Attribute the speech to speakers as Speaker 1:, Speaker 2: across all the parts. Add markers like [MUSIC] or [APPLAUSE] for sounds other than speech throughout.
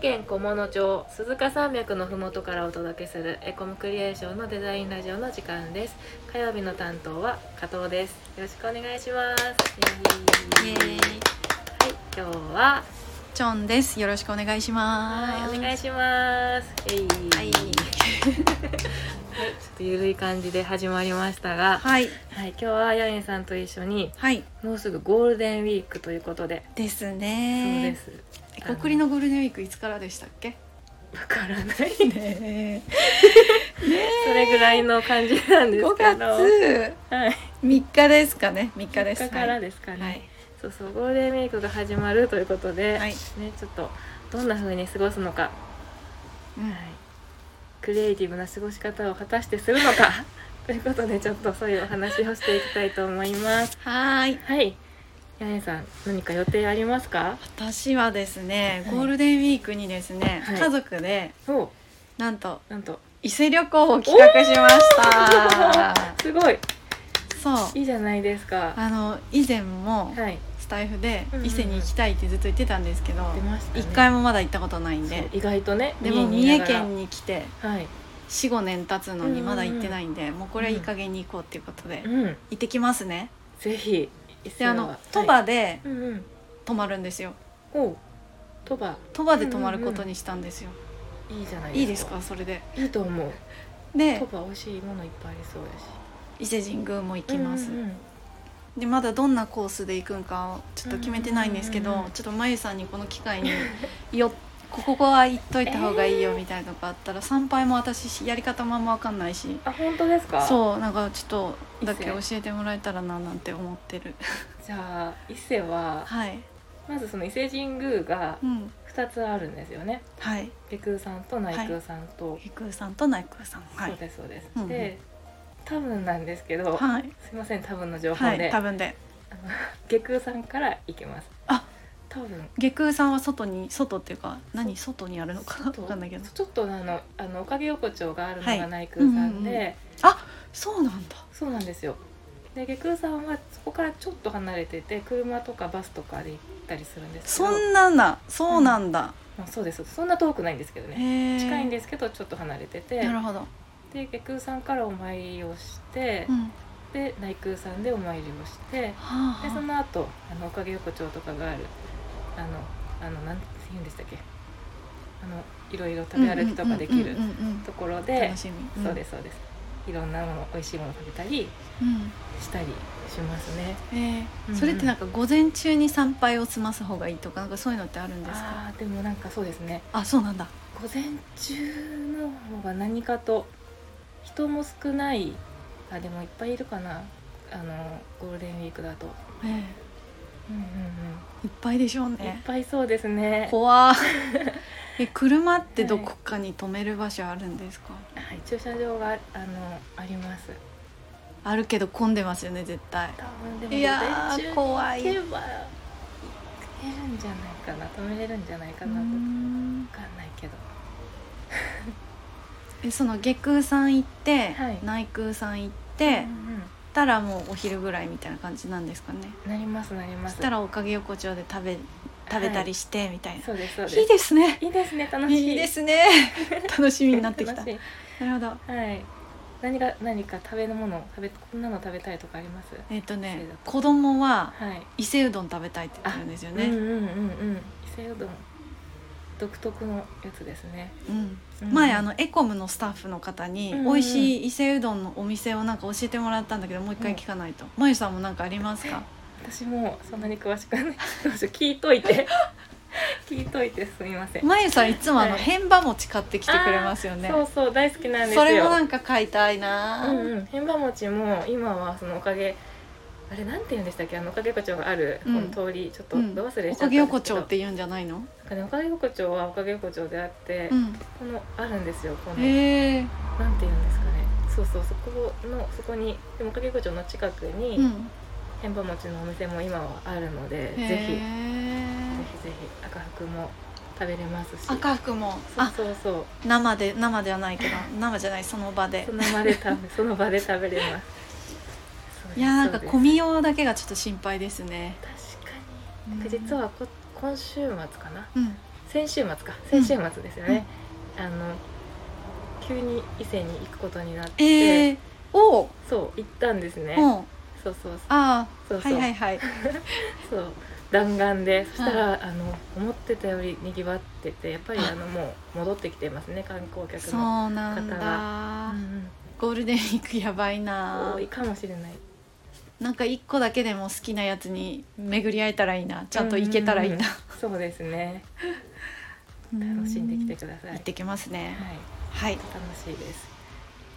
Speaker 1: 県小物町鈴鹿山脈のふもとからお届けするエコムクリエーションのデザインラジオの時間です火曜日の担当は加藤ですよろしくお願いします
Speaker 2: イエ
Speaker 1: イエーイは
Speaker 2: ーイ
Speaker 1: い今日は
Speaker 2: チョンですよろしくお願いします
Speaker 1: はいお願いしますえい
Speaker 2: は
Speaker 1: はいい、ちょっとゆるい感じで始まりましたが
Speaker 2: はい
Speaker 1: はい今日はヤエンさんと一緒に
Speaker 2: はい
Speaker 1: もうすぐゴールデンウィークということで、
Speaker 2: ですね
Speaker 1: そうです
Speaker 2: え国立のゴールデンウィークいつからでしたっけ
Speaker 1: わからない
Speaker 2: ね
Speaker 1: それぐらいの感じなんですけど
Speaker 2: 5月
Speaker 1: はい
Speaker 2: 3日ですかね3日です
Speaker 1: 3日から
Speaker 2: で
Speaker 1: ですかね、
Speaker 2: はい
Speaker 1: そうそうゴールデンウィークが始まるということで、
Speaker 2: はい
Speaker 1: ね、ちょっとどんな風に過ごすのか、
Speaker 2: うん
Speaker 1: クリエイティブな過ごし方を果たしてするのか [LAUGHS] ということでちょっとそういうお話をしていきたいと思います
Speaker 2: はーい
Speaker 1: はい八重さん何か予定ありますか
Speaker 2: 私はですね
Speaker 1: はい
Speaker 2: ゴールデンウィークにですね、
Speaker 1: はい
Speaker 2: 家族で
Speaker 1: そう
Speaker 2: なんと
Speaker 1: なんと
Speaker 2: 伊勢旅行を企画しました
Speaker 1: すごい
Speaker 2: そう
Speaker 1: いいじゃないですか
Speaker 2: あの以前も
Speaker 1: はい
Speaker 2: スタイフで
Speaker 1: うんうんうん
Speaker 2: 伊勢に行きたいってずっと言ってたんですけど
Speaker 1: 出ましたね
Speaker 2: 一回もまだ行ったことないん
Speaker 1: そう
Speaker 2: で
Speaker 1: 意外とね
Speaker 2: でも
Speaker 1: にいな
Speaker 2: 三重
Speaker 1: がら
Speaker 2: 県に来て
Speaker 1: はい
Speaker 2: 45年経つの
Speaker 1: うんうんう
Speaker 2: に
Speaker 1: ん
Speaker 2: まだ行ってないんでもうこれはいい加減に行こうっていうことで
Speaker 1: うん
Speaker 2: 行ってきますね
Speaker 1: ぜひ伊勢
Speaker 2: であ
Speaker 1: は
Speaker 2: の
Speaker 1: はい
Speaker 2: 鳥羽で
Speaker 1: うんうん
Speaker 2: 泊まるんですよ
Speaker 1: おう鳥羽
Speaker 2: 鳥羽で泊まることにしたんですよ
Speaker 1: いいじゃない
Speaker 2: いいですかそれで
Speaker 1: いいと思う
Speaker 2: で
Speaker 1: 鳥羽美味しいものいっぱいありそうだし
Speaker 2: 伊勢神宮も行きます
Speaker 1: うんうん
Speaker 2: でまだどんなコースで行くんかちょっと決めてないんですけ
Speaker 1: うんうん
Speaker 2: ど
Speaker 1: うん
Speaker 2: ちょっとまゆさんにこの機会に [LAUGHS] よここは行っといた方がいいよみたいなのがあったら参拝も私やり方もあんま分かんないし
Speaker 1: あ本当ですかう
Speaker 2: そうなんかちょっとだけ
Speaker 1: いい
Speaker 2: 教
Speaker 1: っ
Speaker 2: えてもらえたらななんて思っ
Speaker 1: [LAUGHS]
Speaker 2: てる
Speaker 1: じゃあ伊勢は
Speaker 2: はい
Speaker 1: まずその伊勢神宮が
Speaker 2: うん
Speaker 1: 2つあるんですよね
Speaker 2: はい
Speaker 1: 外宮さんと内宮さんと、
Speaker 2: 飛空さんと内空さんは
Speaker 1: そう
Speaker 2: い
Speaker 1: ですそうです、
Speaker 2: うんうん
Speaker 1: で多分なんですけど、
Speaker 2: はい
Speaker 1: すいません多分の情報
Speaker 2: は
Speaker 1: で、
Speaker 2: い多分で
Speaker 1: 外宮さんから行けます
Speaker 2: あ
Speaker 1: 多分
Speaker 2: 外空さんは外に外っていうか何外にあるのかな
Speaker 1: ちょっと
Speaker 2: 分かんないけど
Speaker 1: ちょっとあのあのおかげ横丁があるの
Speaker 2: はい
Speaker 1: が内宮さんで、
Speaker 2: うんうんうそうなんだ
Speaker 1: そうなんですよで外宮さんはそこからちょっと離れてて車とかバスとかで行ったりするんですけど
Speaker 2: そんなんだそうなんだ
Speaker 1: まあ、そうですそんな遠くないんですけどね
Speaker 2: へえ
Speaker 1: 近いんですけどちょっと離れてて
Speaker 2: なるほど
Speaker 1: で外宮さんからお参りをして、
Speaker 2: うんは
Speaker 1: で内宮さんでお参りをして
Speaker 2: あ
Speaker 1: でそ
Speaker 2: は
Speaker 1: の後あのおかげ横丁とかがあるあのあのなんて言うんでしたっけあのいろいろ
Speaker 2: あ
Speaker 1: 食べ歩きとかできる
Speaker 2: うんうんうんうんうん
Speaker 1: ところで
Speaker 2: 楽、しみ
Speaker 1: そうですそうですいろんなもの美味しいもの食べたり
Speaker 2: うん
Speaker 1: したりしますね。
Speaker 2: え
Speaker 1: うんう
Speaker 2: ー
Speaker 1: ん
Speaker 2: それってなんか午前中に参拝を済ます方がいいとかなんかそういうのってあるんですか
Speaker 1: あーでもなんかそうですね
Speaker 2: あそうなんだ
Speaker 1: 午前中の方が何かと人も少ないあでもいっぱいいるかなあのゴールデンウィークだと、
Speaker 2: ええ
Speaker 1: うんうん
Speaker 2: いっぱいでしょう
Speaker 1: うんいっ
Speaker 2: ね。
Speaker 1: ぱいそうですね [LAUGHS]
Speaker 2: 怖ーえ車ってどこかに止める場所あるんですか、
Speaker 1: はい駐車場がああのあります
Speaker 2: あるけど混んでますよね絶対
Speaker 1: 多分でも
Speaker 2: いやー
Speaker 1: 午
Speaker 2: 怖
Speaker 1: 前
Speaker 2: い
Speaker 1: 中に行けば行けるんじゃないかな止めれるんじゃないかなと
Speaker 2: うー
Speaker 1: 分
Speaker 2: ん
Speaker 1: かんないけど
Speaker 2: えその下空さん行って、
Speaker 1: はい
Speaker 2: 内空さん行って、
Speaker 1: うん
Speaker 2: たらもうお昼ぐらいみたいな感じなんですかね
Speaker 1: うんなりますなりま
Speaker 2: そ
Speaker 1: す
Speaker 2: したらおかげ横丁で食べ食べたりして、みたいな
Speaker 1: そうですそうです
Speaker 2: いいですね
Speaker 1: いいですね楽しい
Speaker 2: いいですね
Speaker 1: [LAUGHS]
Speaker 2: 楽しみになってきた
Speaker 1: 楽しい
Speaker 2: なるほど
Speaker 1: はい。何が何か食べるもの食べこんなの食べたいとかあります？
Speaker 2: えっ、とね
Speaker 1: そうだ
Speaker 2: 子供は
Speaker 1: はい。
Speaker 2: 伊勢うどん食べたいって言ってるんですよ
Speaker 1: うん
Speaker 2: ね、
Speaker 1: うんうんうん。伊勢うどん独特のやつですね。
Speaker 2: うん、
Speaker 1: うん
Speaker 2: 前あのエコムのスタッフの方に
Speaker 1: うんうん
Speaker 2: 美味しい伊勢うどんのお店をなんか教えてもらったんだけどもう一回聞かないと、まゆさんもなんかありますか
Speaker 1: 私もそんなに詳しくない。どうしよう聞いとい
Speaker 2: [LAUGHS]
Speaker 1: て聞いといてすみません。
Speaker 2: まゆさんいつもあの
Speaker 1: はい
Speaker 2: 変場餅買ってきてくれますよね、
Speaker 1: そうそう大好きなんですよ。
Speaker 2: それもなんか買いたいな、
Speaker 1: うんうん。変馬餅も今はそのおかげあれなんて言うんでしたっけあのおかげ横丁があるこの通り、ちょっと
Speaker 2: うん
Speaker 1: ど忘れし
Speaker 2: お
Speaker 1: ちゃったん
Speaker 2: か
Speaker 1: ですけど。
Speaker 2: げ横丁って言うんじゃないの、
Speaker 1: なんかねおかげ横丁はおかげ横丁であって、
Speaker 2: うん、
Speaker 1: このあるんですよこの。
Speaker 2: へえ
Speaker 1: なんて言うんですかねそうそうそこのそこにでも影子町の近く
Speaker 2: う
Speaker 1: に
Speaker 2: ん
Speaker 1: 変場餅のお店も今はあるので、ぜひぜひぜ
Speaker 2: へ
Speaker 1: ひ赤福も食べれますし
Speaker 2: ー赤服もあ
Speaker 1: そうそうそう
Speaker 2: 生で生ではない
Speaker 1: [LAUGHS]
Speaker 2: けど生じゃないその場で
Speaker 1: その場で食
Speaker 2: [LAUGHS]
Speaker 1: べその場で食べれますそうです
Speaker 2: いやなん
Speaker 1: そ
Speaker 2: か
Speaker 1: うです
Speaker 2: 混みようだけがちょっと心配ですね、
Speaker 1: 確かに、実はこ今週末かな
Speaker 2: うん、
Speaker 1: 先週末か先週末ですよね、あの急に伊勢に行くことになって、
Speaker 2: えー、おう、
Speaker 1: そう行ったんですね、
Speaker 2: うん、
Speaker 1: そうそう
Speaker 2: ああ
Speaker 1: そう
Speaker 2: は
Speaker 1: そう
Speaker 2: いはいはい
Speaker 1: そう弾丸でそしたら、あの思ってたよりにぎわっててやっぱりあのもう戻ってきてますね観光客
Speaker 2: そう
Speaker 1: の、
Speaker 2: なん
Speaker 1: 方
Speaker 2: だ、
Speaker 1: うん
Speaker 2: ゴールデンウィークやばい
Speaker 1: うん、
Speaker 2: な
Speaker 1: 多いかもしれない
Speaker 2: なんか一個だけでも好きなやつに巡り合えたらいいなちゃんと行けたらいいな、
Speaker 1: そうですね
Speaker 2: う
Speaker 1: 楽しんできてください、
Speaker 2: 行ってきますね
Speaker 1: はい
Speaker 2: はい
Speaker 1: 楽しいです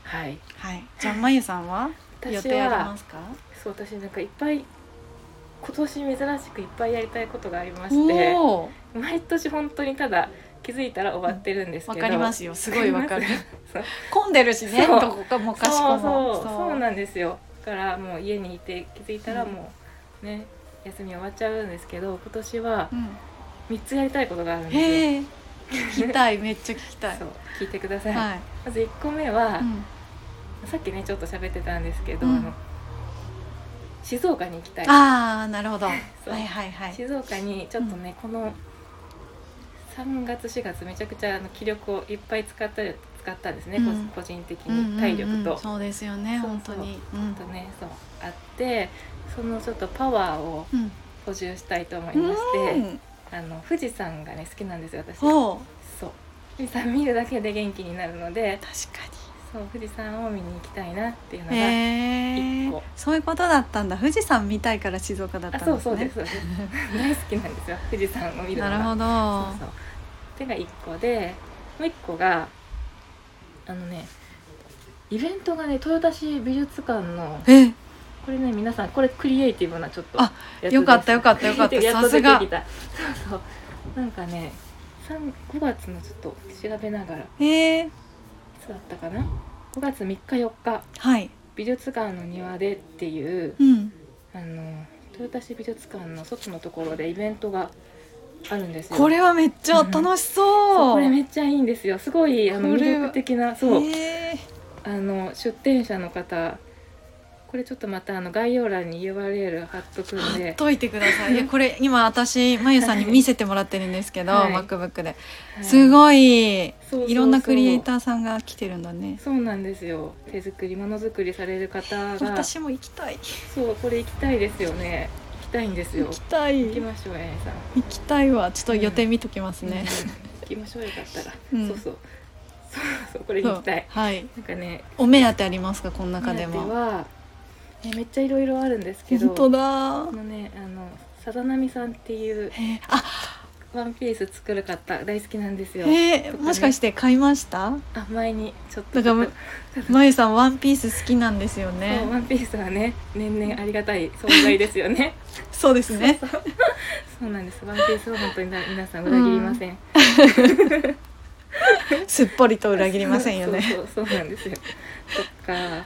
Speaker 1: はい
Speaker 2: はいじゃあまゆさんは予
Speaker 1: 私
Speaker 2: 定あり
Speaker 1: は
Speaker 2: ますか
Speaker 1: そう私なんかいっぱい今年珍しくいっぱいやりたいことがありまして
Speaker 2: おお
Speaker 1: 毎年本当にただ気づいたら終わってるんです
Speaker 2: わ
Speaker 1: けど
Speaker 2: かりますよすごいわかる
Speaker 1: そう
Speaker 2: 混んでるしね
Speaker 1: そう
Speaker 2: どこかもかしこ
Speaker 1: そう
Speaker 2: も
Speaker 1: そうそうなんですよだからもう家にいて気づいたらもうね、休み終わっちゃうんですけど今年は
Speaker 2: うん
Speaker 1: 3つやりたいことがあるんですよ
Speaker 2: へえ聞きたいめっちゃ聞きたい
Speaker 1: そう聞いてください、
Speaker 2: はい
Speaker 1: まず1個目は、
Speaker 2: うん
Speaker 1: さっきねちょっと喋ってたんですけど、
Speaker 2: うん
Speaker 1: あの静岡に行きたい
Speaker 2: ああなるほどは
Speaker 1: そう
Speaker 2: いはいはい
Speaker 1: 静岡にちょっとね、この3月4月めちゃくちゃあの気力をいっぱい使った使ったんですね、こ
Speaker 2: うん
Speaker 1: 個人的
Speaker 2: うんうんう
Speaker 1: に
Speaker 2: ん
Speaker 1: 体力と。
Speaker 2: そうですよね
Speaker 1: そう
Speaker 2: 本当にう
Speaker 1: あ
Speaker 2: ん
Speaker 1: とねそうあってそのちょっとパワーを
Speaker 2: うん
Speaker 1: 補充したいと思いまして、
Speaker 2: うん
Speaker 1: あの富士山がね好きなんですよ私そう
Speaker 2: おう
Speaker 1: 富士山見るだけで元気になるので
Speaker 2: 確かに
Speaker 1: そう富士山を見に行きたいなっていうのが、
Speaker 2: へ
Speaker 1: 一
Speaker 2: え
Speaker 1: 個
Speaker 2: そういうことだったんだ富士山見たいから静岡だった
Speaker 1: あ
Speaker 2: んです
Speaker 1: そ
Speaker 2: ね
Speaker 1: うそうですそうです [LAUGHS] 大好きなんですよ富士山を見るのが
Speaker 2: なるほど
Speaker 1: そうそう手が1個でもう1個があのねイベントがね豊田市美術館の
Speaker 2: え
Speaker 1: これね皆さんこれクリエイティブなちょっと
Speaker 2: あよかったよかったよかった
Speaker 1: やっと
Speaker 2: さす
Speaker 1: 出
Speaker 2: が
Speaker 1: てきたそうそうなんかね三5月のちょっと調べながらい
Speaker 2: えー、
Speaker 1: つだったかな5月3日4日
Speaker 2: はい
Speaker 1: 美術館の庭でっていう
Speaker 2: うん
Speaker 1: あの豊田市美術館の外のところでイベントがあるんですよ
Speaker 2: これはめっちゃ楽
Speaker 1: そう
Speaker 2: しそう
Speaker 1: これめっちゃいいんですよすごいあの
Speaker 2: これは
Speaker 1: 魅力的なそう
Speaker 2: え
Speaker 1: あの出展者の方これちょっとまたあの概要欄に URL 貼っとくん
Speaker 2: ー、貼
Speaker 1: で
Speaker 2: っ、といてくだ
Speaker 1: [LAUGHS]
Speaker 2: さいいやこれ今私まゆさんに見せてもらってるんですけど、
Speaker 1: はい
Speaker 2: MacBook で
Speaker 1: は
Speaker 2: すごい
Speaker 1: そうそうそう
Speaker 2: いろんなクリエイターさんが来てるんだね
Speaker 1: そうなんですよ手作りものづくりされる方が
Speaker 2: 私も行きたい
Speaker 1: そうこれ行きたいですよね行きたいんですよ
Speaker 2: 行きたい
Speaker 1: 行き
Speaker 2: 行
Speaker 1: ましょうえいさん
Speaker 2: きたいわちょっと予定見ときますね、
Speaker 1: 行きましょうよかったら、
Speaker 2: うん
Speaker 1: そうそうそうそうこれ行きたい
Speaker 2: そうはい
Speaker 1: なんかね
Speaker 2: お目当てありますかこの中で
Speaker 1: お目当て
Speaker 2: も
Speaker 1: はえめっちゃいろいろあるんですけど
Speaker 2: 本当
Speaker 1: こ
Speaker 2: だ
Speaker 1: のねあのさざなみさんっていう
Speaker 2: へーあ
Speaker 1: ワンピース作る方大好きなんですよ
Speaker 2: へえ
Speaker 1: とかね
Speaker 2: もしかして買いました
Speaker 1: あ前にちょっと
Speaker 2: だからまゆさんワンピース好きなんですよ
Speaker 1: そう
Speaker 2: ね
Speaker 1: ワンピースはね年々ありがたい存在ですよね
Speaker 2: そうですね
Speaker 1: そう [LAUGHS] なんです。ワンピースは本当にな皆さん裏切りません。
Speaker 2: すっぽりと裏切りませんよね
Speaker 1: そうそうそうなんですよ。とか、あ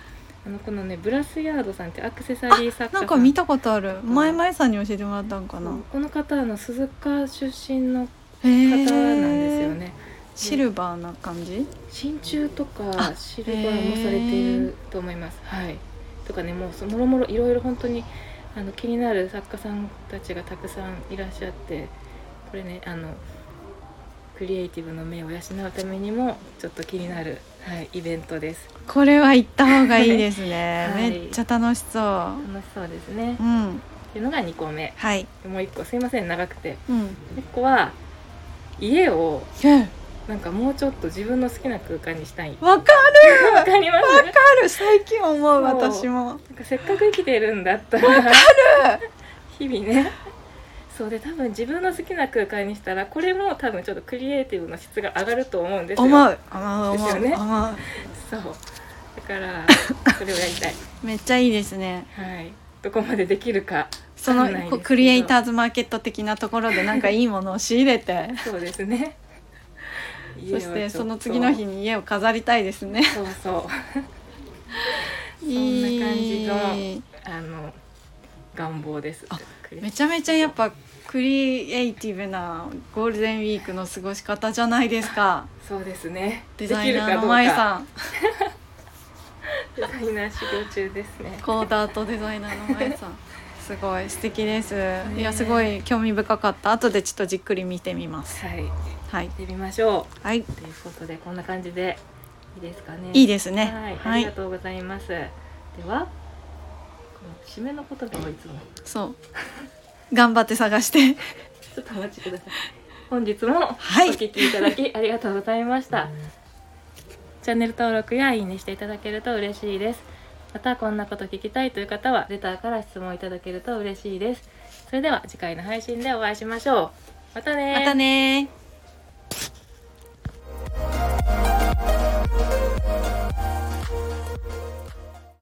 Speaker 1: のこのねブラスヤードさんってアクセサリー作家さん
Speaker 2: なんか見たことある前まゆさんに教えてもらったんかな
Speaker 1: そうこの方あの鈴鹿出身の
Speaker 2: へ
Speaker 1: 方なん
Speaker 2: え
Speaker 1: ですよね。
Speaker 2: シルバーな感じ
Speaker 1: 真鍮とか
Speaker 2: あ
Speaker 1: シルバーもされていると思います。はい。とかねもうそもろもろいろいろ本当にあの気になる作家さんたちがたくさんいらっしゃって、これねあのクリエイティブの目を養うためにもちょっと気になるはいイベントです。
Speaker 2: これは行った方がいいですね
Speaker 1: はい
Speaker 2: めっちゃ楽しそ
Speaker 1: 楽しそうですね
Speaker 2: う。うん
Speaker 1: っていうのが2個目。
Speaker 2: はい
Speaker 1: もう1個すいません長くて。
Speaker 2: うん
Speaker 1: 1個は家を
Speaker 2: え
Speaker 1: なんかもうちょっと自分の好きな空間に [LAUGHS] したい。
Speaker 2: わか
Speaker 1: わかります。
Speaker 2: る最近思う私も
Speaker 1: なんかせっかく生きてるんだったら日々ねそうで多分自分の好きな空間にしたらこれも多分ちょっとクリエイティブの質が上がると思うんですよ
Speaker 2: 思う思う
Speaker 1: です
Speaker 2: 思
Speaker 1: よ
Speaker 2: う
Speaker 1: ね
Speaker 2: 思う
Speaker 1: そうだ
Speaker 2: [LAUGHS]
Speaker 1: からそれをやりたい
Speaker 2: めっちゃいいですね
Speaker 1: はいどこまでできるか
Speaker 2: そ
Speaker 1: わ
Speaker 2: の
Speaker 1: かんないです
Speaker 2: こ
Speaker 1: け
Speaker 2: う
Speaker 1: ど
Speaker 2: クリエイターズマーケット的なところでなんかいいものを仕入れて
Speaker 1: そうですね
Speaker 2: そしてその次の日
Speaker 1: に
Speaker 2: に家を飾りたいですね
Speaker 1: そうそう
Speaker 2: そ
Speaker 1: んな感じのあの願望です
Speaker 2: あ
Speaker 1: クリエイ
Speaker 2: めちゃめちゃやっぱクリエイティブなゴールデンウィークの過ごし方じゃないですか
Speaker 1: そうですね
Speaker 2: デザ
Speaker 1: [LAUGHS] でき
Speaker 2: イナ
Speaker 1: る
Speaker 2: ー
Speaker 1: か
Speaker 2: の
Speaker 1: どう
Speaker 2: まえ
Speaker 1: か
Speaker 2: さん
Speaker 1: デザイナー修行中ですね
Speaker 2: コーダーとデザイナーのまえさんすごい素敵です、
Speaker 1: ね
Speaker 2: いやすごい興味深かった後でちょっとじっくり見てみます
Speaker 1: はい
Speaker 2: はい
Speaker 1: 行ってみましょ
Speaker 2: はい、
Speaker 1: うということでこんな感じでいいですかね
Speaker 2: いいですね
Speaker 1: はい、あ
Speaker 2: は
Speaker 1: りが
Speaker 2: い、
Speaker 1: とうございます。では、この締めの言葉をいつも、
Speaker 2: そう頑張って探して
Speaker 1: ちょっとお待ちください。本日も
Speaker 2: はい
Speaker 1: お聞きいただきありがとうございました。チャンネル登録やいいねしていただけると嬉しいです。またこんなこと聞きたいという方はレターから質問いただけると嬉しいです。それでは次回の配信でお会いしましょう。またね
Speaker 2: またねー